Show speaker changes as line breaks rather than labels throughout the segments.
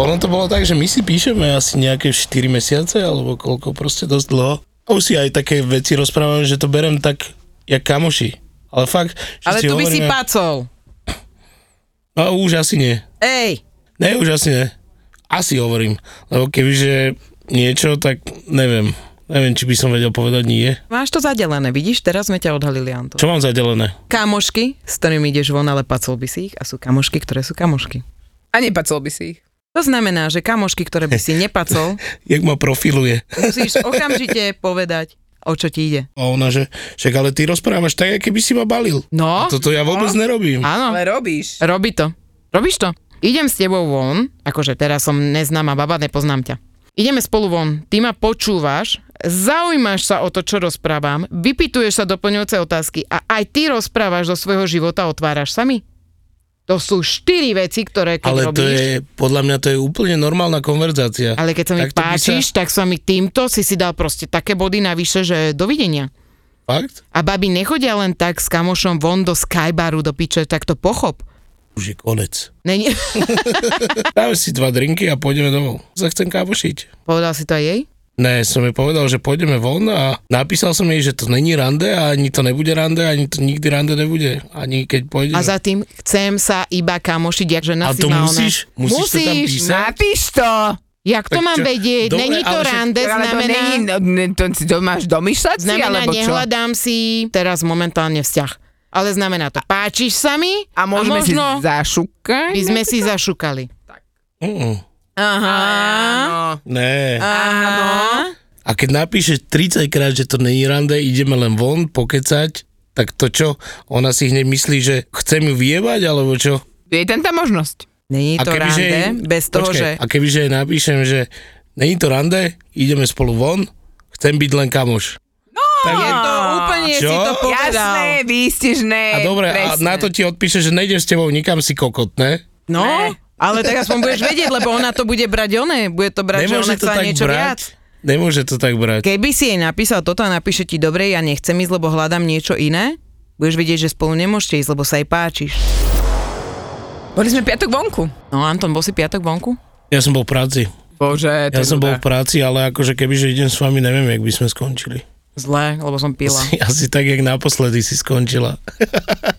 Ono to bolo tak, že my si píšeme asi nejaké 4 mesiace, alebo koľko, proste dosť dlho. A už si aj také veci rozprávam, že to berem tak, jak kamoši. Ale fakt, že
Ale
si
tu by si
hovoríme...
pacol.
No už asi nie.
Ej,
Ne, už asi nie. Asi hovorím. Lebo kebyže niečo, tak neviem. Neviem, či by som vedel povedať nie.
máš to zadelené, vidíš? Teraz sme ťa odhalili, Anto.
Čo mám zadelené?
Kamošky, s ktorými ideš von, ale pacol by si ich a sú kamošky, ktoré sú kamošky.
A nepacol by si ich.
To znamená, že kamošky, ktoré by si nepacol,
Jak ma profiluje.
musíš okamžite povedať, o čo ti ide.
A ona, že však ale ty rozprávaš tak, ako keby si ma balil.
No,
Toto ja vôbec nerobím.
áno,
Ale robíš.
robí to. Robíš to. Idem s tebou von, akože teraz som neznáma baba, nepoznám ťa. Ideme spolu von, ty ma počúvaš, zaujímaš sa o to, čo rozprávam, vypituješ sa doplňujúce otázky a aj ty rozprávaš zo svojho života, otváraš sa mi. To sú štyri veci, ktoré keď
Ale
robíš...
to je, podľa mňa to je úplne normálna konverzácia.
Ale keď sa mi
Takto by
páčiš, tak sa mi týmto si si dal proste také body navyše, že dovidenia.
Fakt?
A baby nechodia len tak s kamošom von do skybaru, do piče, tak to pochop.
Už je konec.
Není...
Dáme si dva drinky a pôjdeme domov. Sa chcem kávošiť.
Povedal si to aj jej?
Ne, som jej povedal, že pôjdeme von a napísal som jej, že to není rande a ani to nebude rande, ani to nikdy rande nebude. Ani keď pôjdeme.
A za tým chcem sa iba kamošiť, jak žena
A
si
to
má
musíš?
Ona. no.
Musíš to tam písať?
Napíš to!
Jak to
Tak
mám
čo?
vedieť?
Dobre,
Není to
ale však-
rande,
Ale to,
znamená...
není, no, ne, to, si to máš domýšľať si,
Znamená,
alebo čo?
nehľadám si teraz momentálne vzťah. Ale znamená to, páčiš sa mi
A môžeme
a možno
si zašúkať?
by sme si zašukali.
Mm,
Aha.
ne. A...
Áno.
a keď napíšeš 30 krát, že to není rande, ideme len von pokecať, tak to čo? Ona si hneď myslí, že chcem ju vyjebať, alebo čo?
Je tam tá možnosť.
Není to
kebyže
rande,
jej-
bez toho,
počkaj,
že...
A kebyže jej napíšem, že není to rande, ideme spolu von, chcem byť len kamoš. No, tak je
To úplne
Čo?
si to povedal.
Jasné, výstižné.
A dobre, a
presné.
na to ti odpíše, že nejdem s tebou nikam si kokot, ne?
No,
Ne.
ale tak aspoň budeš vedieť, lebo ona to bude brať oné, bude to brať,
Nemôže
že ona
to
chce
tak
niečo
brať.
viac.
Nemôže to tak brať.
Keby si jej napísal toto a napíše ti, dobre, ja nechcem ísť, lebo hľadám niečo iné, budeš vidieť, že spolu nemôžete ísť, lebo sa jej páčiš.
Boli sme piatok vonku.
No Anton, bol si piatok vonku?
Ja som bol v práci.
Bože, to
Ja
je
som bol
nuda.
v práci, ale akože kebyže idem s vami, neviem, jak by sme skončili.
Zle, lebo som pila.
Asi, asi tak, jak naposledy si skončila.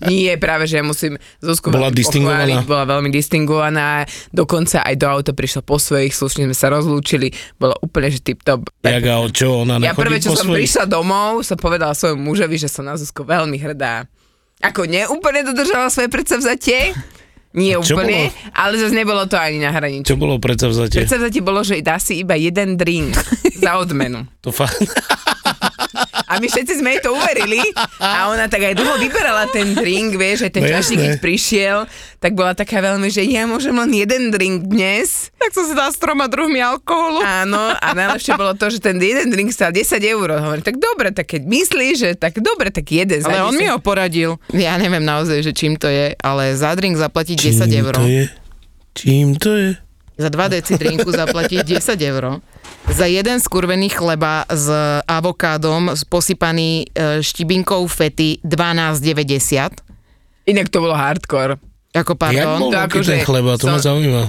Nie, práve, že ja musím Zuzku
Bola
veľmi
distingovaná.
pochváliť, Bola veľmi distingovaná, dokonca aj do auta prišla po svojich, slušne sme sa rozlúčili, bola úplne, že tip-top.
Jak a o čo, ona
Ja
nechodí
prvé, čo
po
som
svojich.
prišla domov, som povedala svojmu mužovi, že som na Zuzku veľmi hrdá. Ako neúplne dodržala svoje predsavzatie, nie
A čo
úplne, ale zase nebolo to ani na hranici.
Čo bolo predsavzatie?
Predsavzatie bolo, že dá si iba jeden drink za odmenu.
To fakt.
A my všetci sme jej to uverili a ona tak aj dlho vyberala ten drink, vieš, aj ten
No
no čašník,
jasné.
keď prišiel, tak bola taká veľmi, že ja môžem len jeden drink dnes.
Tak som si dala s troma druhmi alkoholu.
Áno, a najlepšie bolo to, že ten jeden drink stal 10 eur. Hovorím, tak dobre, tak keď myslíš, že tak dobre, tak jeden za
Ale on
10.
mi ho poradil. Ja neviem naozaj, že čím to je, ale za drink zaplatiť 10 eur.
to je? Čím to je?
Za 2 deci drinku zaplatiť 10 eur. Za jeden skurvený chleba s avokádom s posypaný e, štibinkou fety 12,90.
Inak to bolo hardcore.
Ako
Jak
pardon.
bol
to
veľký
akože-
ten chleba, to ma
som-
zaujíma.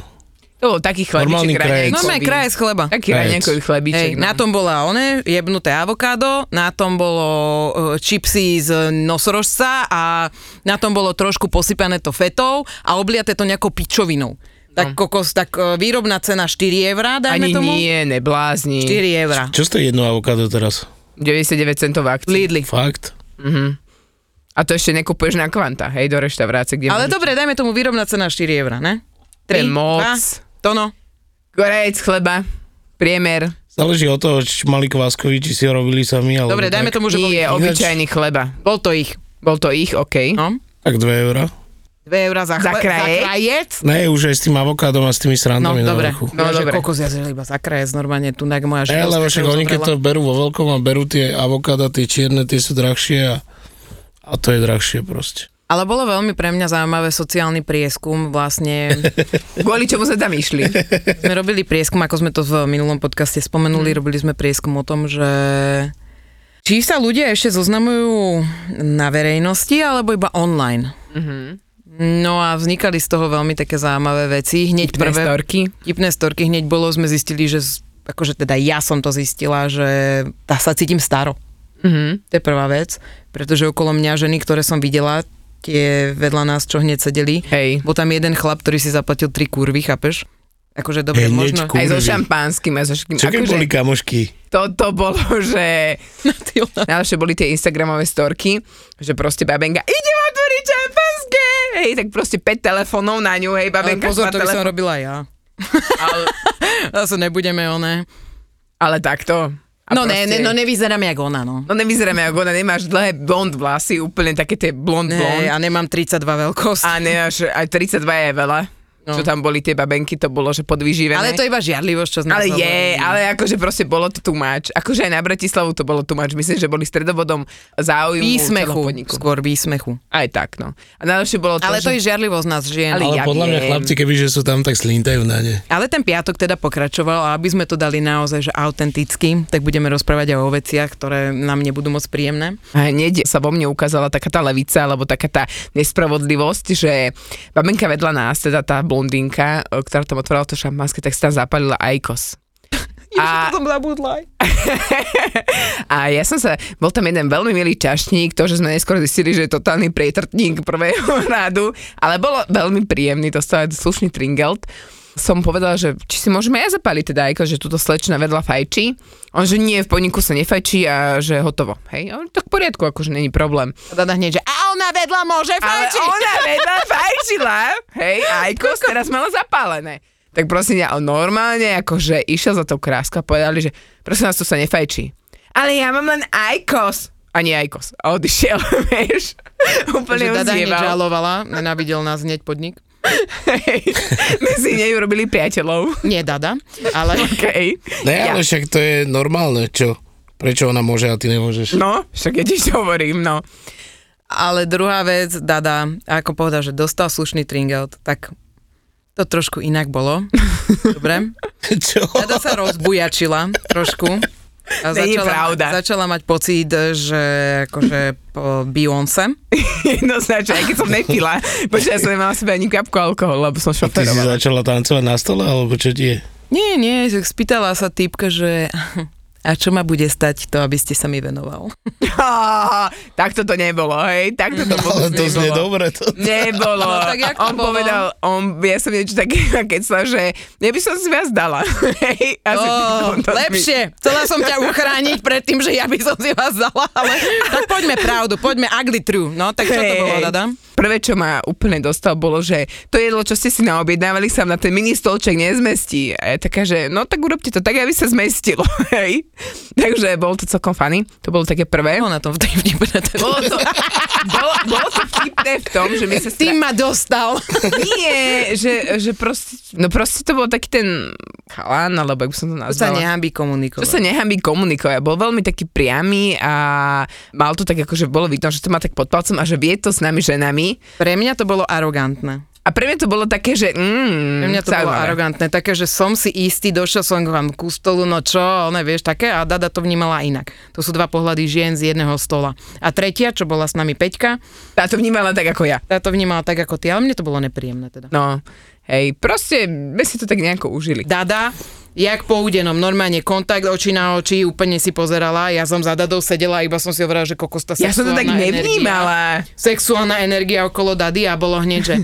To bol taký
Normálny
chlebíček
krajec.
raňajkový.
Normálne kraje z chleba.
Taký
Krajec.
raňajkový chlebíček. no.
Hej, na tom bola one, jebnuté avokádo, na tom bolo e, čipsy z nosorožca a na tom bolo trošku posypané to fetou a obliate to nejakou pičovinou. Tak kokos, tak e, výrobná cena 4 eurá, dajme
Ani
tomu.
nie, neblázni.
4 eurá.
Čo stojí jedno avokádo teraz?
99 centov v akcii.
Lidli.
Fakt?
A to ešte nekupuješ na kvanta, hej, do reštaurácie, kde
Ale
môžeš-
dobre, dajme tomu výrobná cena 4 eurá, ne?
To je moc.
To no.
Korejc chleba, priemer,
Záleží od toho, či mali kváskovi, či si ho robili sami. Alebo
Dobre, dajme
tak.
tomu, že bol,
nie je
ináč-
obyčajný chleba.
bol to ich.
Bol to ich, OK.
No.
Tak 2 eurá.
2 eurá za,
Za
chle-
krajec?
Za krajec?
Ne, už aj s tým avokádom a s tými
No,
srandami na
dobre.
vrchu.
No, vlastne
No,
že
dobre.
kokos ja zrel iba za krajec, normálne tu nejak moja
Ne,
žena.
lebo však oni keď to berú vo veľkom a berú tie avokáda, tie čierne, tie sú drahšie a, a to je drahšie proste.
Ale bolo veľmi pre mňa zaujímavé sociálny prieskum. Vlastne
Kvôli čomu sme tam išli.
Mhm. sme robili prieskum, ako sme to v minulom podcaste spomenuli, robili sme prieskum o tom, že či sa ľudia ešte zoznamujú na verejnosti alebo iba online.
Mhm.
No a vznikali z toho veľmi také zaujímavé veci. Hneď
Prvé
prvé,
storky.
Tipné storky hneď bolo, sme zistili, že z- akože teda ja som to zistila, že tá sa cítim staro.
Mhm.
To je prvá vec, pretože okolo mňa ženy, ktoré som videla, tie vedľa nás, čo hneď sedeli,
Hej.
bol tam jeden chlap, ktorý si zaplatil tri kurvy, chápeš? Akože dobre,
Hneď
možno...
ku-
Aj so
Kurvy.
šampánskym, aj so všetkým.
Čo keď
Akože
boli kamošky?
to, to bolo, že...
Ty ona-
Najlepšie boli tie Instagramové storky, že proste babenga, idem otvoriť šampanské! Hej, tak proste 5 telefónov na ňu, hej,
Ale
babenka.
pozor,
dva
to by som
telefóny.
robila ja.
ale,
Zase nebudeme oné.
ale takto. A
No ne, ne,
proste-
no nevyzerám jak ona, no.
No nevyzeráme ako ona, nemáš dlhé blond vlasy, úplne také tie blond
Ne,
blond.
ja nemám 32 veľkosť.
A nemáš, aj 32 je veľa.
No.
Čo tam boli tie babenky, to bolo, že podvyživené.
Ale to je no, iba žiarlivosť, čo z nás
ale je,
hovorí.
ale akože proste bolo to tumač. Akože aj na Bratislavu to bolo tumač. Myslím, že boli stredobodom záujmu
Výsmechu,
celého podniku.
skôr výsmechu.
Aj tak, no. A najlepšie bolo to,
Ale to je
že...
žiarlivosť nás žien.
Ale
Ale,
Ale
ja
podľa mňa
viem.
chlapci, keby že sú tam, tak slintajú na ne.
ale ten piatok teda pokračoval a aby sme to dali naozaj že autenticky, tak budeme rozprávať aj o veciach, ktoré nám nebudú moc príjemné.
A hneď sa vo mne ukázala taká tá levica, alebo taká tá nespravodlivosť, že babenka vedľa nás, teda tá blondinka, e, ktorá tam otvorila to šampanské, tak si tam zapalila ajkos. A,
som zabudla aj.
a ja som sa, bol tam jeden veľmi milý čašník, to, že sme neskôr zistili, že je totálny prietrtník prvého rádu, ale bolo veľmi príjemný, to stalo aj slušný tringelt. Som povedala, že či si môžeme ja zapáliť teda ajkos, že túto slečna vedľa fajčí. On, že nie, v podniku sa nefajčí a že hotovo. Hej, on, tak v poriadku, akože není problém.
Dada hneď, že a ona vedľa môže
Ale
fajčiť.
ona vedľa fajčila, hej, Ajkos teraz mala zapálené. Tak prosím ťa, on normálne akože išiel za tou krásku a povedali, že prosím nás, tu sa nefajčí. Ale ja mám len Ajkos. Ani Ajkos. A odišiel, vieš.
Že
Úplne
Dada hneď
uzýval.
žalovala, nenávidel nás hneď podnik.
My si neurobili priateľov.
Nie Dada, ale
Okay.
Ne, ale však to je normálne, čo? Prečo ona môže a ty nemôžeš?
No, však ja ti hovorím, no.
Ale druhá vec, Dada, ako povedal, že dostal slušný tringelt, tak to trošku inak bolo. Dobre.
čo?
Dada sa rozbujačila trošku. A
Není pravda.
začala mať pocit, že akože po Beyoncé.
Jednoznačne, aj keď som nepila. Počkaj, ja som nemala v sebe ani kapku alkoholu, lebo
A ty
som
si
šoferovala.
začala tancovať na stole, alebo čo ti je?
Nie, nie, že spýtala sa týpka, že a čo ma bude stať to, aby ste sa mi venoval?
Á, takto to nebolo, hej, takto to bolo.
Ale to znie dobre. To...
Nebolo.
No, tak jak to
on
bolo?
povedal, on, ja som niečo také keď sa, že ja by som si vás dala. Hej, asi
Ó,
takto to
lepšie, chcela som ťa uchrániť pred tým, že ja by som si vás dala, ale tak poďme pravdu, poďme ugly true. No, tak čo to
Hej.
bolo, Dada?
Prvé, čo ma úplne dostal, bolo, že to jedlo, čo ste si naobjednávali, sa na ten mini stolček nezmestí. A ja taká, že no tak urobte to tak, aby sa zmestilo. Hej. Takže bolo to celkom funny. To bolo také prvé.
Bolo na tom v tej vtipne.
Bolo to, bolo, bolo to vtipné v tom, že my sa
Ty ma dostal.
Nie, že, že proste, no proste to bol taký ten chalán, alebo jak by som to
To sa
nazvala.
nehambí komunikovať.
Čo sa nehambí komunikovať. Bol veľmi taký priamy a mal to tak akože bolo vidno, že to má tak pod palcom a že vie to s nami ženami.
Pre mňa to bolo arogantné.
A pre mňa to bolo také, že... Mm,
Pre mňa to bolo
zaujímavé.
arogantné. Také, že som si istý, došiel som k vám ku stolu, no čo, ona vieš, také. A Dada to vnímala inak. To sú dva pohľady žien z jedného stola. A tretia, čo bola s nami Peťka,
Tá to vnímala tak ako ja.
tá to vnímala tak ako ty, ale mne to bolo nepríjemné teda.
No, hej, proste my si to tak nejako užili.
Dada, jak po údenom, normálne kontakt oči na oči, úplne si pozerala, ja som za Dadou sedela, iba som si hovorila, že kokos tá
Ja som to tak
sexuálna energia.
nevnímala.
sexuálna energia okolo Dady a bolo hneď, že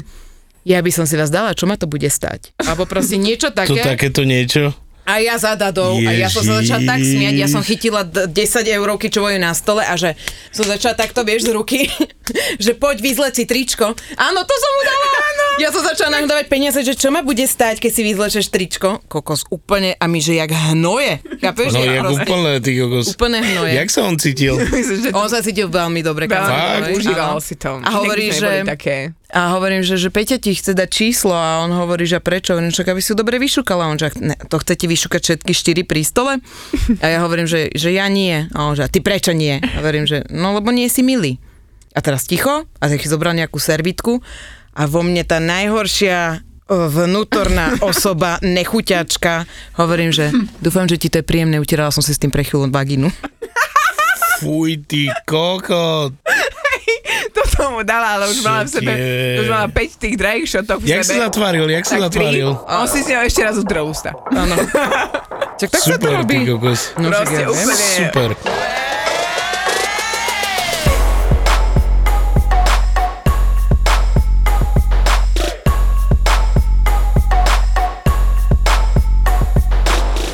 ja by som si vás dala, čo ma to bude stať? Alebo proste niečo
To
také.
takéto niečo?
A ja za dadou, a ja som sa začala tak smiať, ja som chytila d- 10 eurovky, čo boli na stole a že som začala takto, vieš, z ruky, že poď vyzleť si tričko. Áno, to som mu dala! Áno. Ja som začala nám dávať peniaze, že čo ma bude stať, keď si vyzlečeš tričko. Kokos úplne, a my že jak hnoje. Chápeš?
No
Ja
je
proste-
úplne, ty kokos.
úplne hnoje.
Jak sa on cítil?
Myslím, že
On sa cítil veľmi dobre.
Veľmi
kamarát,
Fakt?
hej,
užíval
áno.
si to.
A hovorí,
Nikdy sme
že...
neboli také.
A hovorím, že, že Peťa ti chce dať číslo a on hovorí, že prečo? Hovorím, čak, aby si ju dobre vyšukala. On že, ne, to chcete vyšukať všetky štyri pri stole? A ja hovorím, že, že ja nie. A on že, a ty prečo nie? A hovorím, že no lebo nie si milý. A teraz ticho a tak si zobral nejakú servitku a vo mne tá najhoršia e, vnútorná osoba, nechuťačka. Hovorím, že dúfam, že ti to je príjemné, utierala som si s tým prechylom vagínu.
Fuj, ty kokot.
Toto mu dala, ale už mala v sebe,
Šutie.
už mala 5 tých drahých šotov v
Jak
sebe.
sa zatváril, jak sa
Tak tri.
zatváril?
On si s ňou ešte raz utrel ústa.
Áno. Čak tak sa
Super,
to
ty
robí.
kokos.
No, však
Proste
ja viem.
úplne.
Super.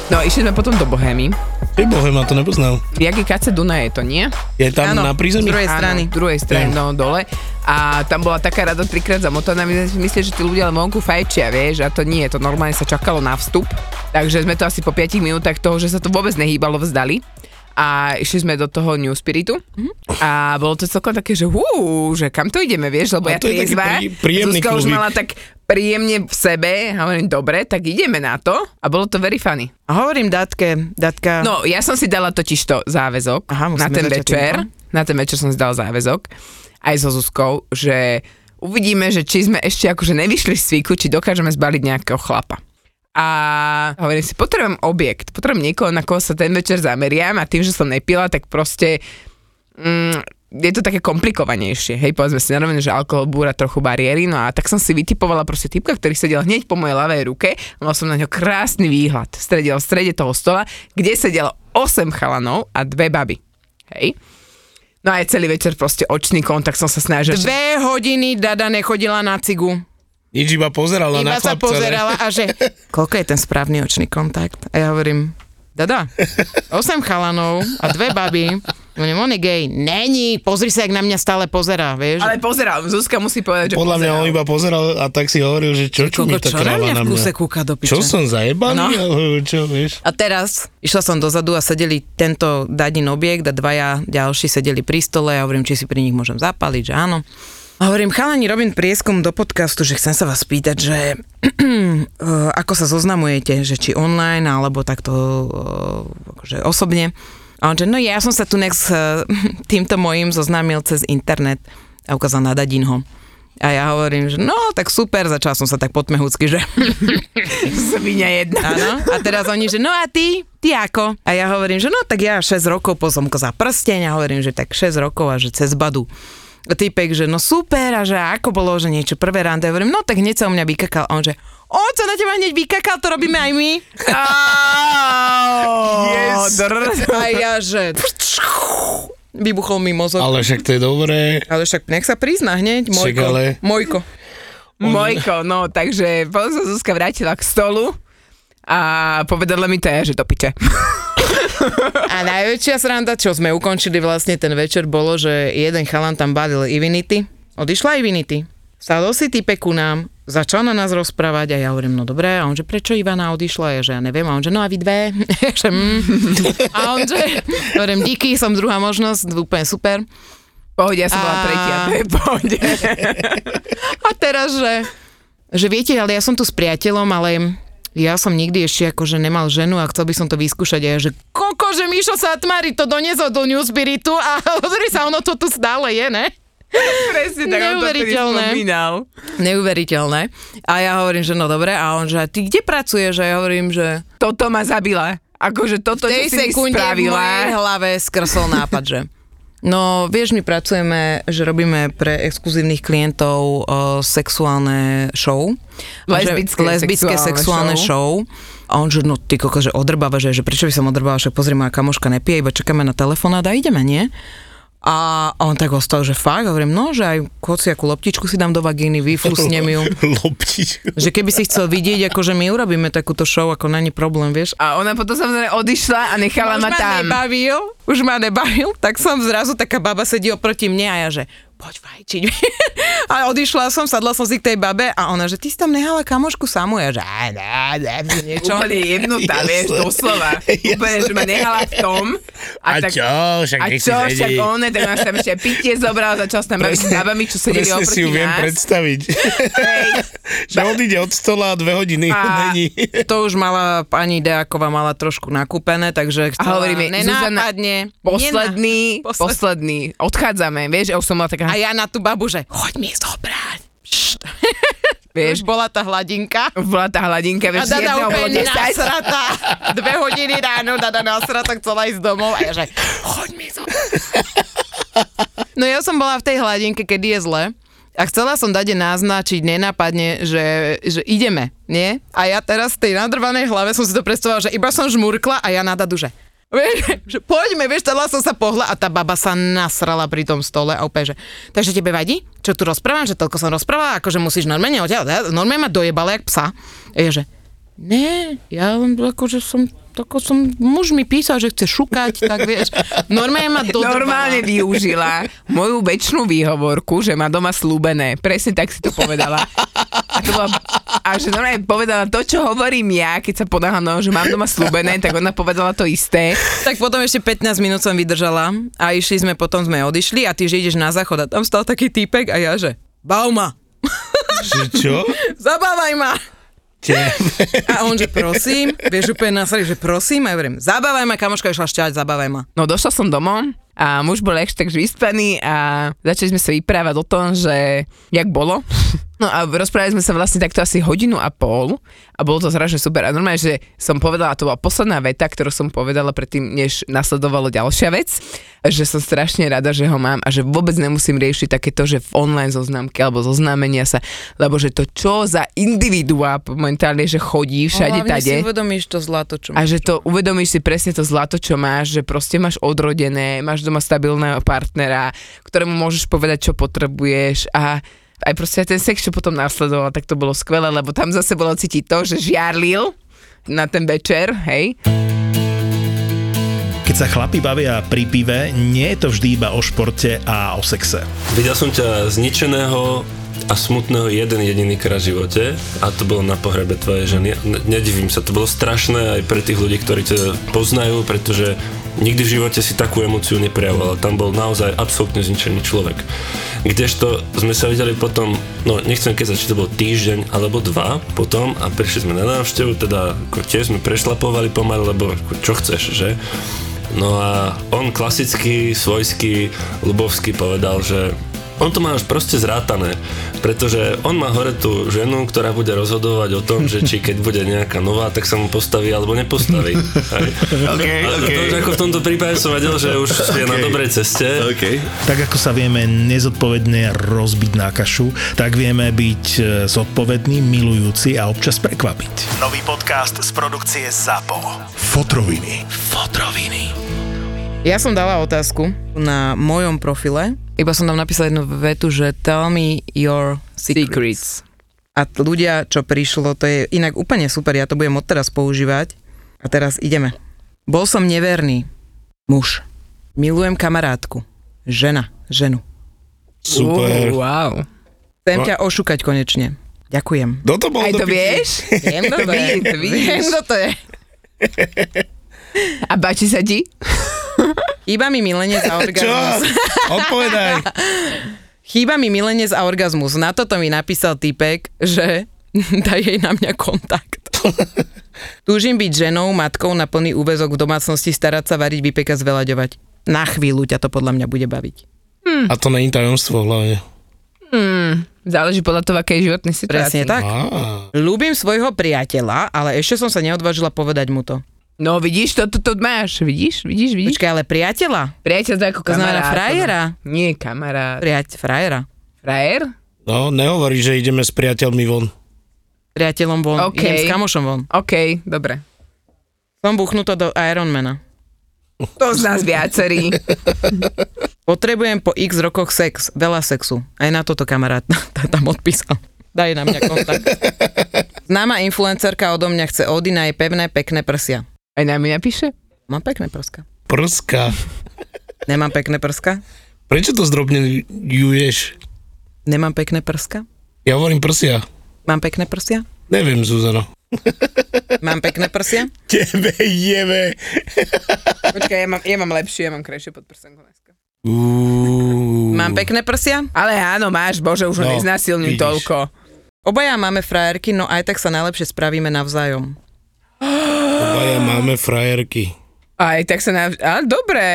No išli sme potom do Bohemy.
Ty bohema, to nepoznal.
Jak je Kace Dunaje to, nie?
Je tam
Áno,
na prízemí?
z druhej strany.
Áno, druhej strany, no dole. A tam bola taká rada trikrát zamotaná. My sme si mysleli, že tí ľudia len vonku fajčia, vieš, a to nie, to normálne sa čakalo na vstup. Takže sme to asi po 5 minútach toho, že sa to vôbec nehýbalo, vzdali. A išli sme do toho New Spiritu
Mhm.
a bolo to celkom také, že hú, že kam to ideme, vieš, lebo
A
ja
to je taký
triezva,
prí- príjemný
Zuzka už
klubík.
mala tak príjemne v sebe, a hovorím, dobre, tak ideme na to a bolo to very funny.
A hovorím datke, datka...
No, ja som si dala totiž to záväzok
Aha, musíme
na ten
začať no.
večer.
týmto.
Na ten večer som si dala záväzok aj so Zuzkou, že uvidíme, že či sme ešte akože nevyšli z cviku, či dokážeme zbaliť nejakého chlapa. A hovorím si, potrebujem objekt, potrebujem niekoho, na koho sa ten večer zameriam a tým, že som nepila, tak proste mm, je to také komplikovanejšie. Hej, povedzme si narovne, že alkohol búra trochu bariéry, no a tak som si vytipovala proste typka, ktorý sedel hneď po mojej ľavej ruke a mal som na ňo krásny výhľad. Stredil v strede toho stola, kde sedelo 8 chalanov a dve baby. Hej. No a aj celý večer proste očný kontakt som sa snažil. že-
Dve hodiny Dada nechodila na cigu.
Nič iba pozerala No,
Iba
na
sa
chlapca.
pozerala a že
koľko je ten správny očný kontakt?
A ja hovorím, dada, osem chalanov a dve baby. Hovorím, on je gej. Není, pozri sa, jak na mňa stále pozerá, vieš.
Ale pozeral, Zuzka musí povedať, že
Podľa mňa on iba pozeral a tak si hovoril, že čo čo mi
Koľko,
tá
čo na
kráva
mňa
na
v No. kuse
mňa.
kúka do piče?
Čo som zajebaný? alebo Čo, vieš?
A teraz išla som dozadu a sedeli tento dadin objekt a dvaja ďalší sedeli pri stole a hovorím, či si pri nich môžem zapaliť, že áno. A hovorím, chalani, robím prieskum do podcastu, že chcem sa vás spýtať, že eh, ako sa zoznamujete, že či online alebo takto eh, akože osobne. A on že, no ja som sa tu s eh, týmto mojím zoznámil cez internet a ukázal na dadinho. A ja hovorím, že no, tak super, začala som sa tak potmehúcky, že
svinia jedna.
Áno. A teraz oni, že no a ty? Ty ako? A ja hovorím, že no tak ja 6 rokov pozomko za prsteň a hovorím, že tak 6 rokov a že cez badu. A typek, že no super a že ako bolo, že niečo prvé rande. Ja hovorím, no tak hneď sa u mňa vykakal. A on že, on sa na teba hneď vykakal, to robíme aj my.
Yes.
A ja, že vybuchol mi mozog. Ale,
Ale však to je dobré.
však nech sa prizná hneď, Mojko.
Však ale-
Mojko.
Mojko, no takže potom sa Zuzka vrátila k stolu a povedala mi to je, že do piče.
A najväčšia sranda, čo sme ukončili vlastne ten večer, bolo, že jeden chalan tam balil Ivinity. Odišla Ivinity. Sadol si type ku nám, začal na nás rozprávať a ja hovorím, no dobré, a on že prečo Ivana odišla, ja, že ja neviem, a on že no a vy dve, že mm. a on že, hovorím, díky, som druhá možnosť, úplne super.
Pohode, ja som bola
A-
tretia, to je pohode.
A teraz, že, že viete, ale ja som tu s priateľom, ale ja som nikdy ešte akože nemal ženu a chcel by som to vyskúšať a ja, že koko, že Mišo sa tmári, to doniesol do New Spiritu a pozri sa, ono to tu stále je, ne?
Presne tak, on to vtedy
Neuveriteľné.
spomínal.
Neuveriteľné. A ja hovorím, že no dobre. A on, že a ty kde pracuješ? A ja hovorím, že
Toto ma zabila. Akože toto, čo
tej
si mi
sekunde v mojej
spravila.
hlave skrsol nápad, že No, vieš, my pracujeme, že robíme pre exkluzívnych klientov o, sexuálne show. A že-
Lesbické
lesbické sexuálne
sexuálne
show. A on že, no ty koko, že odrbáva, že, že prečo by som odrbáva, že pozri, moja kamoška nepije, iba čakáme na telefonát a ideme, nie? A on tak ostal, že fakt, hovorím, no, že aj kociakú loptičku si dám do vagíny, vyflusnem ju.
Loptičku.
Že keby si chcel vidieť, akože my urobíme takúto show, ako není problém, vieš.
A ona potom samozrejme odišla a nechala
už
ma
ma
tam.
nebavil, už ma nebavil, tak som zrazu, taká baba sedí oproti mne a ja, že poď fajčiť. a odišla som, sadla som si k tej babe a ona, že ty si tam nehala kamošku samú. Ja, že "Á, dá, dá, niečo.
Úplne jednota,
Jasné.
vieš, doslova. Úplne, že ma nehala v tom.
A čo, však
a
nech si
čo,
sedí.
však on, tak nás tam ešte aj pitie zobral, začal sa tam baviť s babami, čo sedeli
presne
oproti
si ju viem
nás.
predstaviť.
Hej.
že odíde od stola a dve hodiny
A-
není.
To už mala pani Deáková mala trošku nakúpené, takže
A
chcela
hovoríme,
nenápadne.
Posledný,
Nená- posled-
posledný. Odchádzame, vieš, ja už som mala taká,
A ja na tú babu, že choď mi zobrať. Pšt.
vieš,
Už bola tá hladinka.
bola tá
A
hladinka, vieš,
Dada
jedného bolo
úplne
10.
nasrata. Dve hodiny ráno Dada nasrata chcela ísť domov a ja že choď mi zobrať. No ja som bola v tej hladinke, kedy je zle. A chcela som dade naznačiť nenápadne, že, že ideme, nie? A ja teraz v tej nadrvanej hlave som si to predstavovala, že iba som žmurkla a ja na dadu, že, vieš, že poďme, vieš, teda som sa pohla a tá baba sa nasrala pri tom stole a úplne, že, takže tebe vadí, čo tu rozprávam, že toľko som rozprávala, akože musíš normálne odtiaľ, normálne ma dojebala jak psa. A ja, že, ne, ja len akože som, tako som, muž mi písal, že chce šukať, tak vieš, normálne ma dodrbala.
Normálne využila moju väčšinu výhovorku, že má doma slúbené. Presne tak si to povedala. A, to bola, a že normálne povedala to, čo hovorím ja, keď sa podáham, no, že mám doma slúbené, tak ona povedala to isté.
Tak potom ešte 15 minút som vydržala a išli sme, potom sme odišli a ty, že ideš na záchod a tam stal taký týpek a ja, že Bauma,
Že čo?
zabávaj ma.
Te-
A on, že prosím, vieš úplne nasali, že prosím, a ja hovorím, zabávaj ma, kamoška išla šťať, zabávaj ma.
No došla som domov a muž bol ešte takže vyspaný a začali sme sa vyprávať o tom, že jak bolo. No a rozprávali sme sa vlastne takto asi hodinu a pol a bolo to strašne super. A normálne, že som povedala, to bola posledná veta, ktorú som povedala predtým, než nasledovalo ďalšia vec, že som strašne rada, že ho mám a že vôbec nemusím riešiť takéto, že v online zoznamke alebo zoznámenia sa, lebo že to čo za individuá momentálne, že chodí všade tade.
si uvedomíš to zlato, čo
A že to uvedomíš si presne to zlato, čo máš, že proste máš odrodené, máš doma stabilného partnera, ktorému môžeš povedať, čo potrebuješ a aj proste aj ten sex, čo potom následoval, tak to bolo skvelé, lebo tam zase bolo cítiť to, že žiarlil na ten večer, hej.
Keď sa chlapi bavia pri pive, nie je to vždy iba o športe a o sexe.
Videl som ťa zničeného a smutného jeden jediný krát v živote a to bolo na pohrebe tvojej ženy. Ne- Nedivím sa, to bolo strašné aj pre tých ľudí, ktorí ťa poznajú, pretože nikdy v živote si takú emóciu neprejavoval. Tam bol naozaj absolútne zničený človek. Kdežto sme sa videli potom, no nechcem keď či to bol týždeň alebo dva potom a prišli sme na návštevu, teda ako tiež sme prešlapovali pomaly, lebo ako, čo chceš, že? No a on klasicky, svojsky, ľubovsky povedal, že on to má už proste zrátané, pretože on má hore tú ženu, ktorá bude rozhodovať o tom, že či keď bude nejaká nová, tak sa mu postaví alebo nepostaví. Hej.
Okay,
A to, už ako v tomto prípade som vedel, že už je na dobrej ceste.
OK.
Tak ako sa vieme nezodpovedne rozbiť na kašu, tak vieme byť e, zodpovední, milujúci a občas prekvapiť. Nový podcast z produkcie ZAPO.
Fotroviny.
Fotroviny.
Ja som dala otázku.
na mojom profile. Iba som tam napísala jednu vetu, že tell me your secrets. A t- ľudia, čo prišlo, to je inak úplne super, ja to budem odteraz používať. A teraz ideme. Bol som neverný. Muž. Milujem kamarátku. Žena. Ženu.
Super.
Uh, wow.
Chcem ťa ošukať konečne. Ďakujem.
Kto No to bol?
Aj
do
to
piči?
vieš?
Viem,
to je. Viem, kto
to je.
A páči sa ti?
Chýba mi milenie za
Čo?
orgazmus.
Odpovedaj.
Chýba mi milenec a orgazmus. Na toto mi napísal typek, že daj jej na mňa kontakt. Túžim byť ženou, matkou na plný úvezok v domácnosti, starať sa, variť, vypekať, zvelaďovať. Na chvíľu ťa to podľa mňa bude baviť.
A to není tajomstvo hlavne.
Záleží podľa toho, aké je životnej
Presne
situácii.
tak.
Á,
Ľúbim svojho priateľa, ale ešte som sa neodvážila povedať mu to.
No vidíš, to, to, to máš, vidíš, vidíš, vidíš.
Počkaj, ale priateľa?
Priateľ to je ako
To znamená
kamarát.
frajera?
Nie, kamarát.
Priať, frajera.
Frajer?
no, nehovorí, že ideme s priateľmi von.
Priateľom von,
OK.
idem s kamošom von.
OK, dobre.
Som buchnutá do Ironmana.
To z nás viacerí.
Potrebujem po x rokoch sex, veľa sexu. Aj na toto kamarát tá tam odpísal. Daj na mňa kontakt. Známa influencerka odo mňa chce Odina aj pevné, pekné prsia.
Aj na mňa píše?
Mám pekné prska.
Prska.
Nemám pekné prska?
Prečo to zdrobne juješ?
Nemám pekné prska?
Ja hovorím prsia.
Mám pekné prsia?
Neviem, Zuzano.
Mám pekné prsia?
Tebe jebe.
Počkaj, ja mám, ja mám lepšie, ja mám krajšie podprsenku dneska.
Uú.
Mám pekné prsia?
Ale áno, máš, bože, už ho
No,
neznasilňuj
vidíš.
toľko.
Obaja máme frajerky, no aj tak sa najlepšie spravíme navzájom.
Obaja máme frajerky.
Aj tak sa nav... Á, dobre.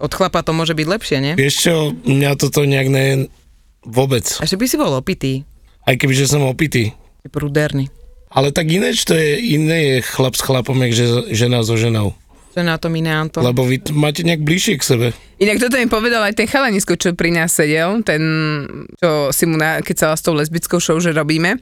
Od chlapa to môže byť lepšie, nie?
Vieš čo, mňa toto nejak ne... Vôbec.
A že by si bol opitý,
Aj keby, že som opitý.
si prúderný.
Ale tak inéč to je, iné je chlap s chlapom, jak že, žena so ženou.
To je na tom iné, Anto.
Lebo vy t- máte nejak bližšie k sebe.
Inak toto mi povedal aj ten chalanisko, čo pri nás sedel, ten, čo si mu nakecala s tou lesbickou show, že robíme.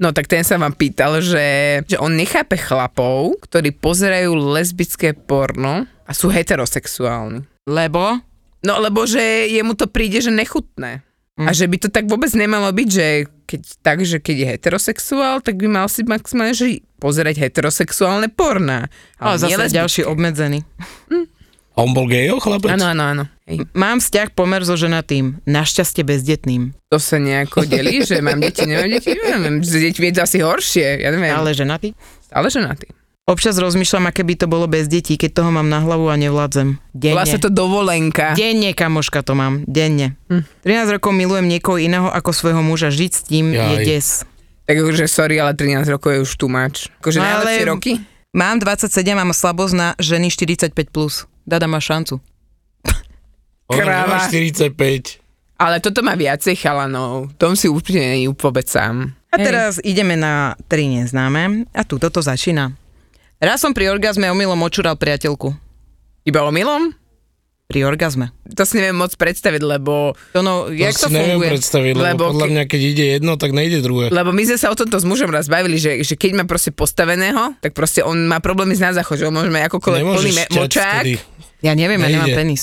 No tak ten sa vám pýtal, že, že on nechápe chlapov, ktorí pozerajú lesbické porno a sú heterosexuálni.
Lebo?
No lebo že jemu to príde, že nechutné.
Hm.
A že by to tak vôbec nemalo byť, že keď tak, že keď je heterosexuál, tak by mal si maximálne že pozerať heterosexuálne porná.
Ale
nie
zase
lesbické.
ďalší obmedzený.
A on bol gejo, chlapec?
Áno, áno, áno. Hej.
Mám vzťah pomer so ženatým, našťastie bezdetným,
To sa nejako delí, že mám deti, nemám deti, ja neviem, s deťmi je to asi horšie, ja neviem,
ale
ale,
ženatý.
ale ženatý.
Občas rozmýšľam, aké by to bolo bez detí, keď toho mám na hlavu a nevládzem.
Volá
Denne.
sa to dovolenka.
Denne, kamoška, to mám. Denne. Hm. 13 rokov milujem niekoho iného ako svojho muža. Žiť s tým Jaj. je
Jaj.
des.
Takže sorry, ale 13 rokov je už tumač. Akože
No, ale-
najlepšie roky.
Mám 27 a mám slabosť na ženy 45+. Plus. Dada má šancu.
Ona
kráva.
nemá 45.
Ale toto má viacej chalanov. Tom si určite není vôbec sám.
A teraz ideme na tri neznáme a tu toto začína. Raz som pri orgazme omylom očural priateľku.
Iba omylom?
Pri orgazme.
To si neviem moc predstaviť, lebo,
To no,
To
jak
si
to
neviem
funguje?
predstaviť, lebo,
Lebo
lebo podľa
ke-
mňa, keď ide jedno, tak nejde druhé.
lebo my sme sa o tomto s mužom raz bavili, že, že keď má proste postaveného, tak proste on má problémy s názacho, že on môže mať akokoľvek plný
Nemôžeš
me-
ťať
močák.
vtedy.
Ja neviem, ja nemám
Nejde.
penis.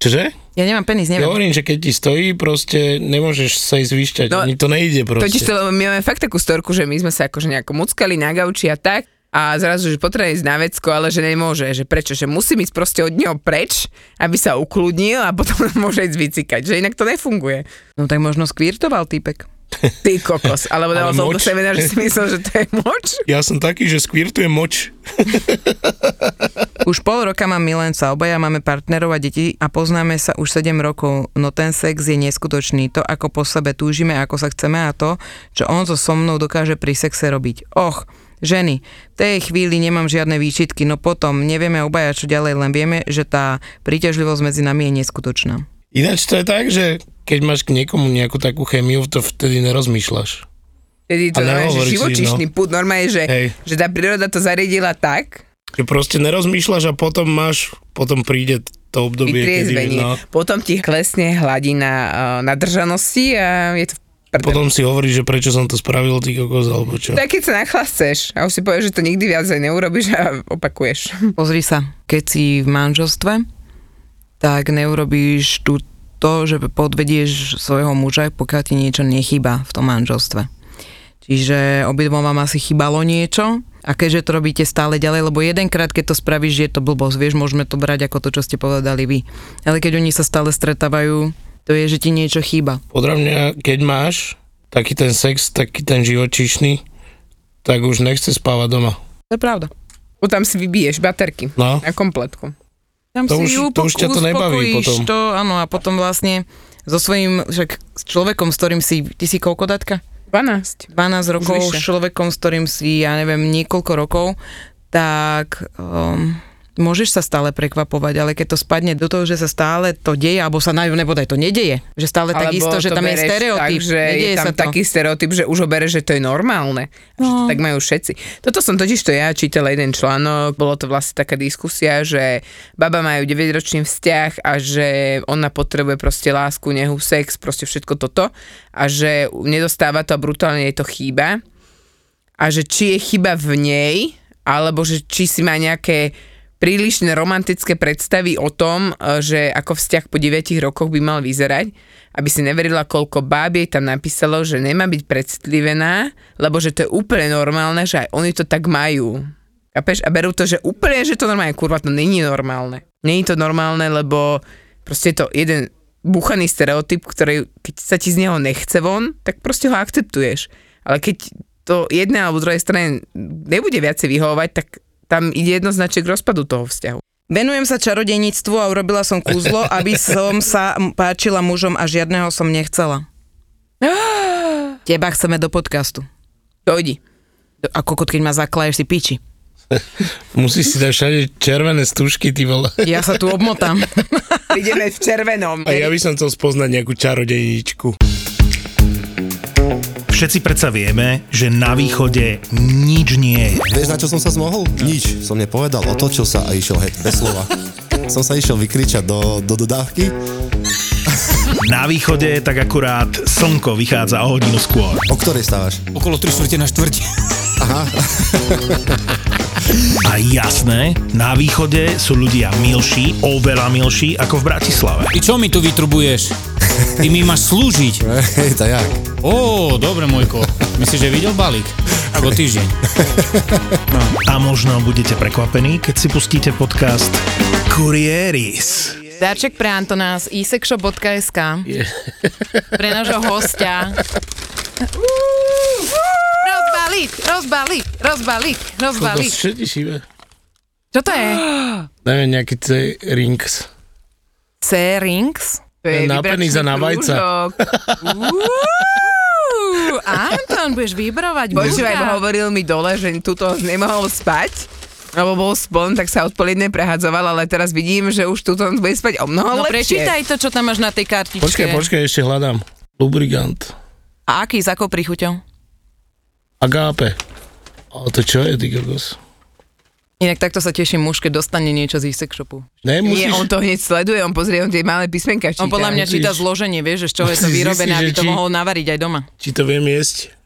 Čože?
Ja nemám penis,
Ja
neviem.
hovorím, že keď ti stojí, proste nemôžeš sa ísť vyšťať. No,
No,
Ani to nejde proste.
Totiž to, lebo my máme fakt takú storku, že my sme sa akože nejako muckali na gauči a tak a zrazu, že potrebuje ísť na vecko, ale že nemôže, že prečo, že musí ísť proste od neho preč, aby sa ukludnil a potom môže ísť vycikať, že inak to nefunguje.
No tak možno skvirtoval týpek.
Ty kokos, alebo
Ale
dal som to
moč?
semena, že si myslel, že to je moč.
Ja som taký, že skvirtujem moč.
Už pol roka mám milenca, obaja máme partnerov a deti a poznáme sa už 7 rokov, no ten sex je neskutočný. To, ako po sebe túžime, ako sa chceme a to, čo on so so mnou dokáže pri sexe robiť. Och, ženy, v tej chvíli nemám žiadne výčitky, no potom nevieme obaja čo ďalej, len vieme, že tá príťažlivosť medzi nami je neskutočná.
Ináč to je tak, že keď máš k niekomu nejakú takú chemiu, to vtedy nerozmýšľaš.
Tedy
A
to normálne, že
nehovoríš si,
živočíšny
no.
púd, normálne, že,
Hej.
že tá príroda to zariadila tak,
Že proste nerozmýšľaš a potom máš, potom príde to obdobie, kedy...
vytriezvenie,
No,
potom ti klesne hladina uh, nadržanosti a je to v prdeli.
potom si hovoríš, že prečo som to spravil, ty kokos, alebo čo.
Tak keď sa nachlasceš a už si povieš, že to nikdy viac aj neurobiš a opakuješ.
Pozri sa, keď si v manželstve, tak neurobíš tu to, že podvedieš svojho muža, pokiaľ ti niečo nechýba v tom manželstve. Čiže obidvom vám asi chýbalo niečo a keďže to robíte stále ďalej, lebo jedenkrát, keď to spravíš, je to blbosť, vieš, môžeme to brať ako to, čo ste povedali vy. Ale keď oni sa stále stretávajú, to je, že ti niečo chýba.
Podľa mňa, keď máš taký ten sex, taký ten živočíšny, tak už nechce spávať doma.
To je pravda.
O tam si vybiješ baterky
No,
na kompletku.
Tam
To už-
si ju
to už ťa to nebaví
uspokojíš
potom.
To, áno, a potom vlastne so svojím, však s človekom, s ktorým si, ty si koľko datka?
12.
12 rokov
vyššie.
s človekom, s ktorým si, ja neviem, niekoľko rokov, tak um, môžeš sa stále prekvapovať, ale keď to spadne do toho, že sa stále to deje, alebo sa na nebodaj to nedeje, že stále tak isto, že
to
tam je
bereš
stereotyp,
Tak, že je
nedieje
tam
sa to.
taký stereotyp, že už ho bere, že to je normálne. No. Že to tak majú všetci. Toto som totiž to ja čítala jeden článok, bolo to vlastne taká diskusia, že baba majú 9-ročný vzťah a že ona potrebuje proste lásku, nehu, sex, proste všetko toto a že nedostáva to a brutálne jej to chýba. a že či je chyba v nej, alebo že či si má nejaké prílišne romantické predstavy o tom, e, že ako vzťah po 9 rokoch by mal vyzerať, aby si neverila, koľko báb jej tam napísalo, že nemá byť predstlivená, lebo že to je úplne normálne, že aj oni to tak majú. Kapeš? A berú to, že úplne, že to normálne, kurva, to není normálne. Není to normálne, lebo proste je to jeden buchaný stereotyp, ktorý, keď sa ti z neho nechce von, tak proste ho akceptuješ. Ale keď to jednej alebo druhej strane nebude viacej vyhovovať, tak tam ide jednoznačne k rozpadu toho vzťahu.
Venujem sa čarodejníctvu a urobila som kúzlo, aby som sa m- páčila mužom a žiadneho som nechcela. Teba chceme do podcastu.
Dojdi.
A kokot, keď ma zaklaješ, si piči.
Musíš si dať všade červené stužky, ty vole.
Ja sa tu obmotám.
Ideme v červenom.
A ja by som chcel spoznať nejakú čarodejničku.
Všetci predsa vieme, že na východe nič nie je.
Vieš, na čo som sa zmohol? Nič. Som nepovedal, otočil sa a išiel hej, bez slova. Som sa išiel vykričať do, do dodávky.
Na východe tak akurát slnko vychádza o hodinu skôr.
O ktorej stávaš?
Okolo 3 štvrte na štvrte.
A jasné, na východe sú ľudia milší, oveľa milší ako v Bratislave.
Ty čo mi tu vytrubuješ? Ty mi máš slúžiť.
Hej, tak jak?
Ó, dobre, môjko. Myslíš, že videl balík? Po týždeň.
A možno budete prekvapení, keď si pustíte podcast Kurieris.
Darček pre Antona z isekshop.sk pre nášho hostia. Rozbaliť, rozbaliť, rozbaliť,
To
rozbaliť.
všetci šíbe.
Čo to je?
Neviem, nejaký C-rings.
C-rings?
To je
Na
vibračný
penis a na vajca.
krúžok.
Uú, Anton, budeš vybrovať
Počúvaj,
muža.
hovoril mi dole, že tuto nemohol spať, lebo bol spln, tak sa odpoledne prehadzoval, ale teraz vidím, že už tuto bude spať o
No
mnoho lepšie.
prečítaj to, čo tam máš na tej kartičke.
Počkaj, počkaj, ešte hľadám. Lubrigant.
A aký, s akou príchuťou?
Agápe. Ale to čo je, ty kokos?
Inak takto sa teším muž, keď dostane niečo z ich sex shopu. No,
Ne, musíš...
Nie, on to hneď sleduje, on pozrie, on tie malé písmenka číta.
On podľa mňa číta zloženie, vieš, že z čoho je to
Musíš
vyrobené,
zistiť,
aby
že
to
či-
mohol navariť aj doma.
Či to viem jesť?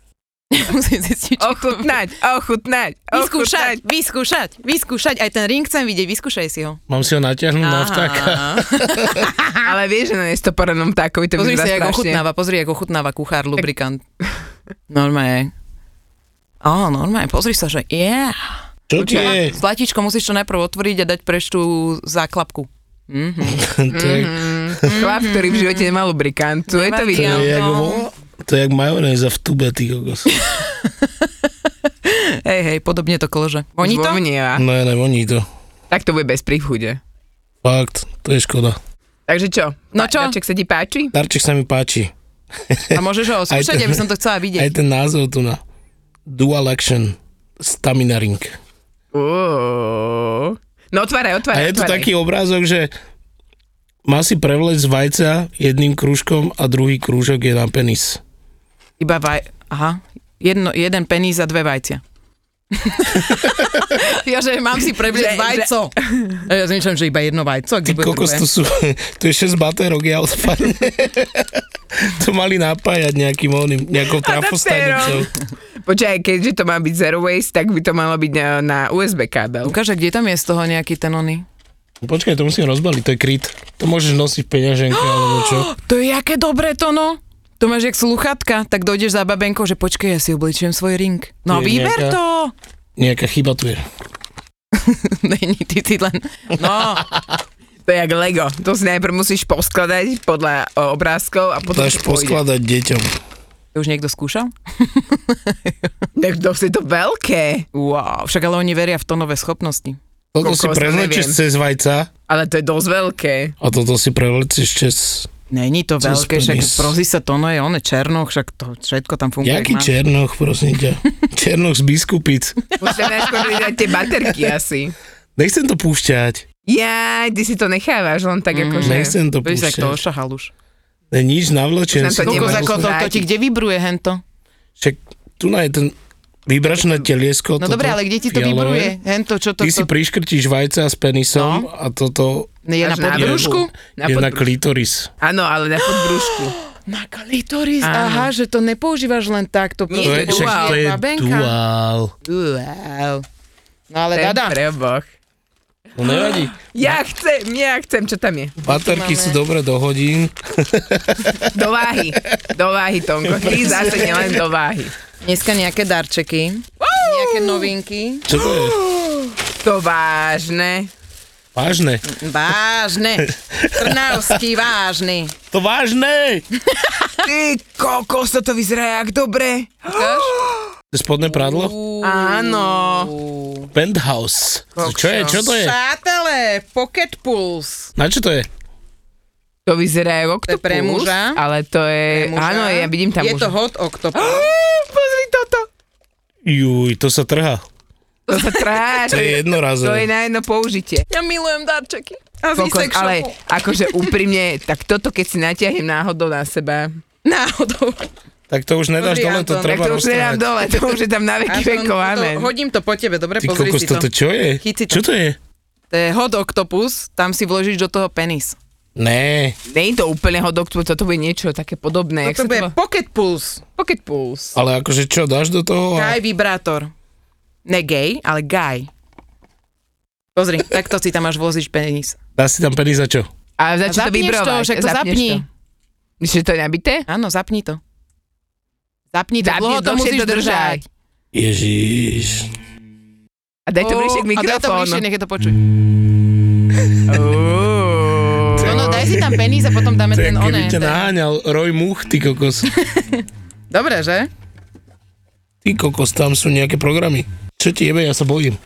Musím zistiť, čo-
Ochutnať, ochutnať,
Vyskúšať,
ochutnať.
vyskúšať, vyskúšať. Aj ten ring chcem vidieť, vyskúšaj si ho.
Mám si ho natiahnuť
No,
na vtáka?
Ale vieš, že na nestoporenom ptákovi to
Pozri sa,
vyzerá
jak
strašne.
ochutnáva, pozri, jak ochutnáva kuchár, lubrikant. Normálne. Á, normálne, pozri sa, že yeah.
Čo to je?
Zlatíčko musíš to najprv otvoriť a dať preč tú záklapku.
To je,
Chlap, ktorý
Mm-hmm.
v živote nemal lubrikant, tu je to
to je
videl.
jak, vo- to je jak majonéza v tube, ty kokos.
Hej, hej, podobne to klože. Oni to?
Zvomnieva.
No ja nevoní to.
Tak to bude bez príchude.
Fakt, to je škoda.
Takže čo?
No čo?
Daček sa ti páči?
Darček sa mi páči.
A môžeš ho oskúšať,
ten-
aby som to chcela
Aj
vidieť.
ten názov tu na Dual Action Stamina Ring.
Uú. No otváraj,
A
otváraj,
je tu
otváraj.
taký obrázok, že má si prevlec z vajca jedným krúžkom a druhý krúžok je na penis.
Iba vaj... Aha. Jedno, jeden penis a dve vajcia. ja, že mám si prevliecť
Že-
vajco. A ja zmýšľam, že iba jedno vajco. ak
Ty
bude
kokos,
druhé.
tu sú, tu je 6 baterok, ja odpadne. to mali napájať nejakým oným, nejakou trafostanicou.
Počkaj, keďže to má byť zero waste, tak by to malo byť na, na USB kábel.
Ukáž, a kde tam je z toho nejaký ten oný?
Počkaj, to musím rozbaliť, to je kryt. To môžeš nosiť v peňaženke alebo čo.
To je jaké dobré to, no. To máš jak sluchatka, tak dojdeš za babenkou, že počkej, ja si obličujem svoj ring. No
To je
vyber
nejaká-
to.
Nejaká chyba tu je.
Není, ty si len... No,
To je jak Lego. To si najprv musíš poskladať podľa o, obrázkov a potom
Dáš
to pôjde.
poskladať deťom.
to už niekto skúšal?
Tak to je to veľké.
Wow, však ale oni veria v tonové schopnosti.
Toto si
Kokos, to
prevlečieš
neviem.
cez vajca
Ale to je dosť veľké.
a toto si prevlečieš cez...
Není to
Cez
veľké, však
penis.
prozí sa tono je, ono je černoch, však to všetko tam funguje. jak
Jaký
má.
černoch, prosím ťa? Černoch z biskupic.
Musíte najskôr vydať tie baterky asi.
Nechcem to púšťať.
Jaj, ty si to nechávaš len tak mm, akože.
Nechcem to
Vidíš, jak to
púšťať.
ošahal už.
Ne, nič navlečen.
Už nám to
si to mal.
nemôžu Nemôžeš
Kozako, to, to
vrátiť.
ti kde vybruje hento?
Však tu na je ten vibračné teliesko.
No
toto
dobre, ale kde ti to
fialové.
vybruje? Hento, čo to,
Ty si
to
priškrtíš vajca s penisom a toto
je na
Až na
podbrúšku?
Na
je na
podbrúšku.
klitoris.
Áno, ale na podbrúšku.
Na klitoris,
Áno.
aha, že to nepoužívaš len takto.
Nie,
To je,
duál.
však to je duál.
Wow. No ale
To je
dada,
pre oboch.
No nevadí.
Ja chcem, ja chcem, čo tam je.
Baterky sú dobre do hodín.
Do váhy. Do váhy, Tonko. Ty zase nielen do váhy.
Dneska nejaké darčeky, nejaké
Mm.
novinky.
Čo to je?
To vážne.
Vážne.
Vážne. Trnavský vážny.
To vážne!
Ty kokos, toto vyzerá jak dobre.
To je spodné prádlo?
Áno.
Penthouse. Čo je? Čo to je?
Šátele, pocket pulse.
Na čo to je?
To vyzerá ako
To je pre
oktopus,
muža.
ale to je...
Muža.
Áno, ja vidím tam
Je
muža.
to hot octopus.
Pozri toto.
Juj, to sa trhá.
To sa trhá.
To je
To je
jednorázové.
na jedno použitie.
Ja milujem darčeky. A z
Kokos,
e-sex
ale
shopu.
akože úprimne, tak toto keď si natiahnem náhodou na seba,
Náhodou.
Tak to už nedáš
Dobrý,
dole, to
Anton,
tak
treba
to už nedám
roztrhať.
dole, to už je tam na veky
Anton,
vekované.
to- Hodím to po tebe, dobre?
Ty
Pozri
kokos,
si to.
toto čo je?
Chyci to.
Čo to je?
To je hot octopus, tam si vložíš do toho penis.
Né,
Nie je to úplne hodok, toto bude niečo také podobné. jak
Toto
sa to
bude
volá?
pocket pulse.
Pocket Pulse.
ale akože čo, dáš do toho? A...
Guy vibrátor. Ne gay, ale guy. Pozri, takto si tam máš vloziť penis.
Dá si tam penis za čo?
A
A
začne to
zapneš
vybrovať.
to, však to
zapneš
zapni.
to. Že to je nabité?
Áno, zapni to. Zapni to,
Zapni
dlho
to,
to
dlhšie
musíš
to držať.
držať.
Ježiš.
A daj to
a daj to
bližšie k
bližšie,
mikrofónu.
nech je to počuť.
Uú.
No, no, daj si tam penis a potom dáme
To je,
ten
keby
oné.
ťa naháňal Roj Much, ty kokos.
Dobre, že?
Ty kokos, tam sú nejaké programy. Čo ti jebe, ja sa bojím.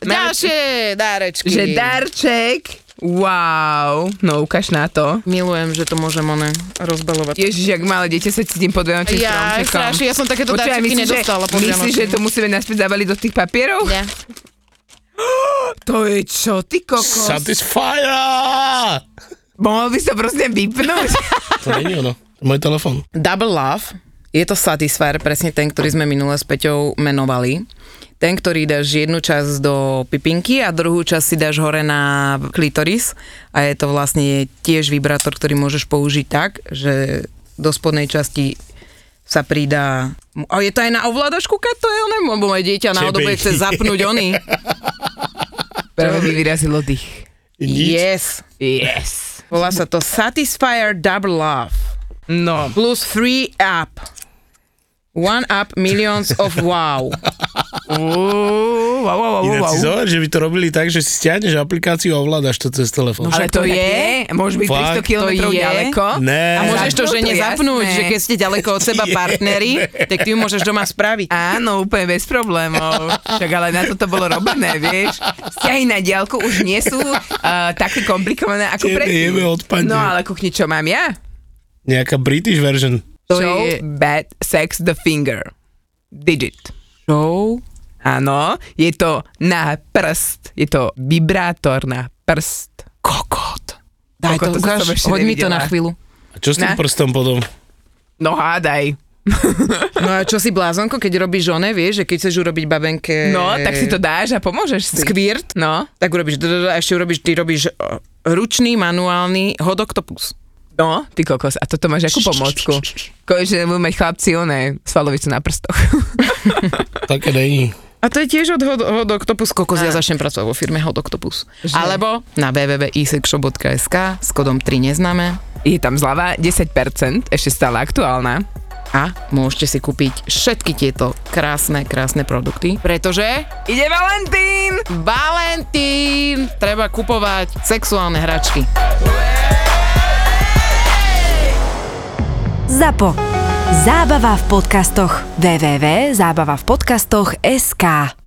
Ďalšie dárečky.
Že darček. Wow. No ukáž na to.
Milujem, že to môžem one rozbalovať.
Ježiš, jak malé dieťa sa cítim pod veľmi
Ja, strašne, ja som takéto darčeky nedostala. po
myslíš, že
Vianočných.
to musíme naspäť zabaliť do tých papierov?
Nie.
To je čo, ty kokos?
Satisfyer!
Mohol by sa prosím vypnúť?
To není ono. To je môj telefon.
Double Love, je to Satisfyer, presne ten, ktorý sme minule s Peťou menovali. Ten, ktorý dáš jednu časť do pipinky a druhú časť si dáš hore na klitoris a je to vlastne tiež vibrátor, ktorý môžeš použiť tak, že do spodnej časti sa pridá... A je to aj na ovládačku, keď to je ono, lebo moje dieťa náhodou bude chce zapnúť oný.
Práve mi vyrazilo dých.
Nič.
Yes.
Yes.
Volá sa to Satisfyer Double Love.
No.
plus free app. One up millions of wow.
Uú, wow, wow, wow,
Ináč
wow.
si zober, že by to robili tak, že si stiahneš aplikáciu a ovládaš to cez
No
telefón.
Ale to je, môže byť
Fakt?
300 km
To je?
ďaleko.
A
Né.
môžeš No to
Zapnú to,
žene
jasné.
zapnúť, že keď ste ďaleko od seba partneri, tak ty ju môžeš doma spraviť.
Áno, úplne bez problémov. Však ale na to to bolo robené, vieš. Vzťahy na diálku už nie sú uh, také komplikované ako
Tebe jebe
predtým.
odpadne.
No ale kuchni, čo mám ja?
Nejaká British version.
To Show
je-
bad sex the finger. Digit.
Show.
Áno, je to na prst. Je to vibrátor na prst. Kokot.
Daj to,
Koľko to som
ukáž,
ešte
hoď mi to
nevidela.
na chvíľu.
A čo s tým
Ne.
prstom potom?
No hádaj.
No a čo si blázonko, keď robíš žone, vieš, že keď chceš urobiť babenke...
No, tak si to dáš a pomôžeš si.
Skvirt,
No,
tak urobíš... drdr, A ešte urobíš, ty robíš eh, ručný, manuálny hodoktopus.
no, ty kokos. A toto máš akú pomôcku? Konečne budú mať chlapci oné svalovicu na prstoch.
Také není.
A to je tiež od hod- Hodoktopus kokos, ja začnem pracovať vo firme Hodoktopus.
Že?
Alebo na www.isexshop.sk s kodom 3 neznáme
Je tam zľava 10%, ešte stále aktuálna.
a môžete si kúpiť všetky tieto krásne, krásne produkty, pretože
Ide Valentín!
Valentín treba kupovať sexuálne hračky.
ZAPO. Zábava v podcastoch. www.zábavavpodcastoch.sk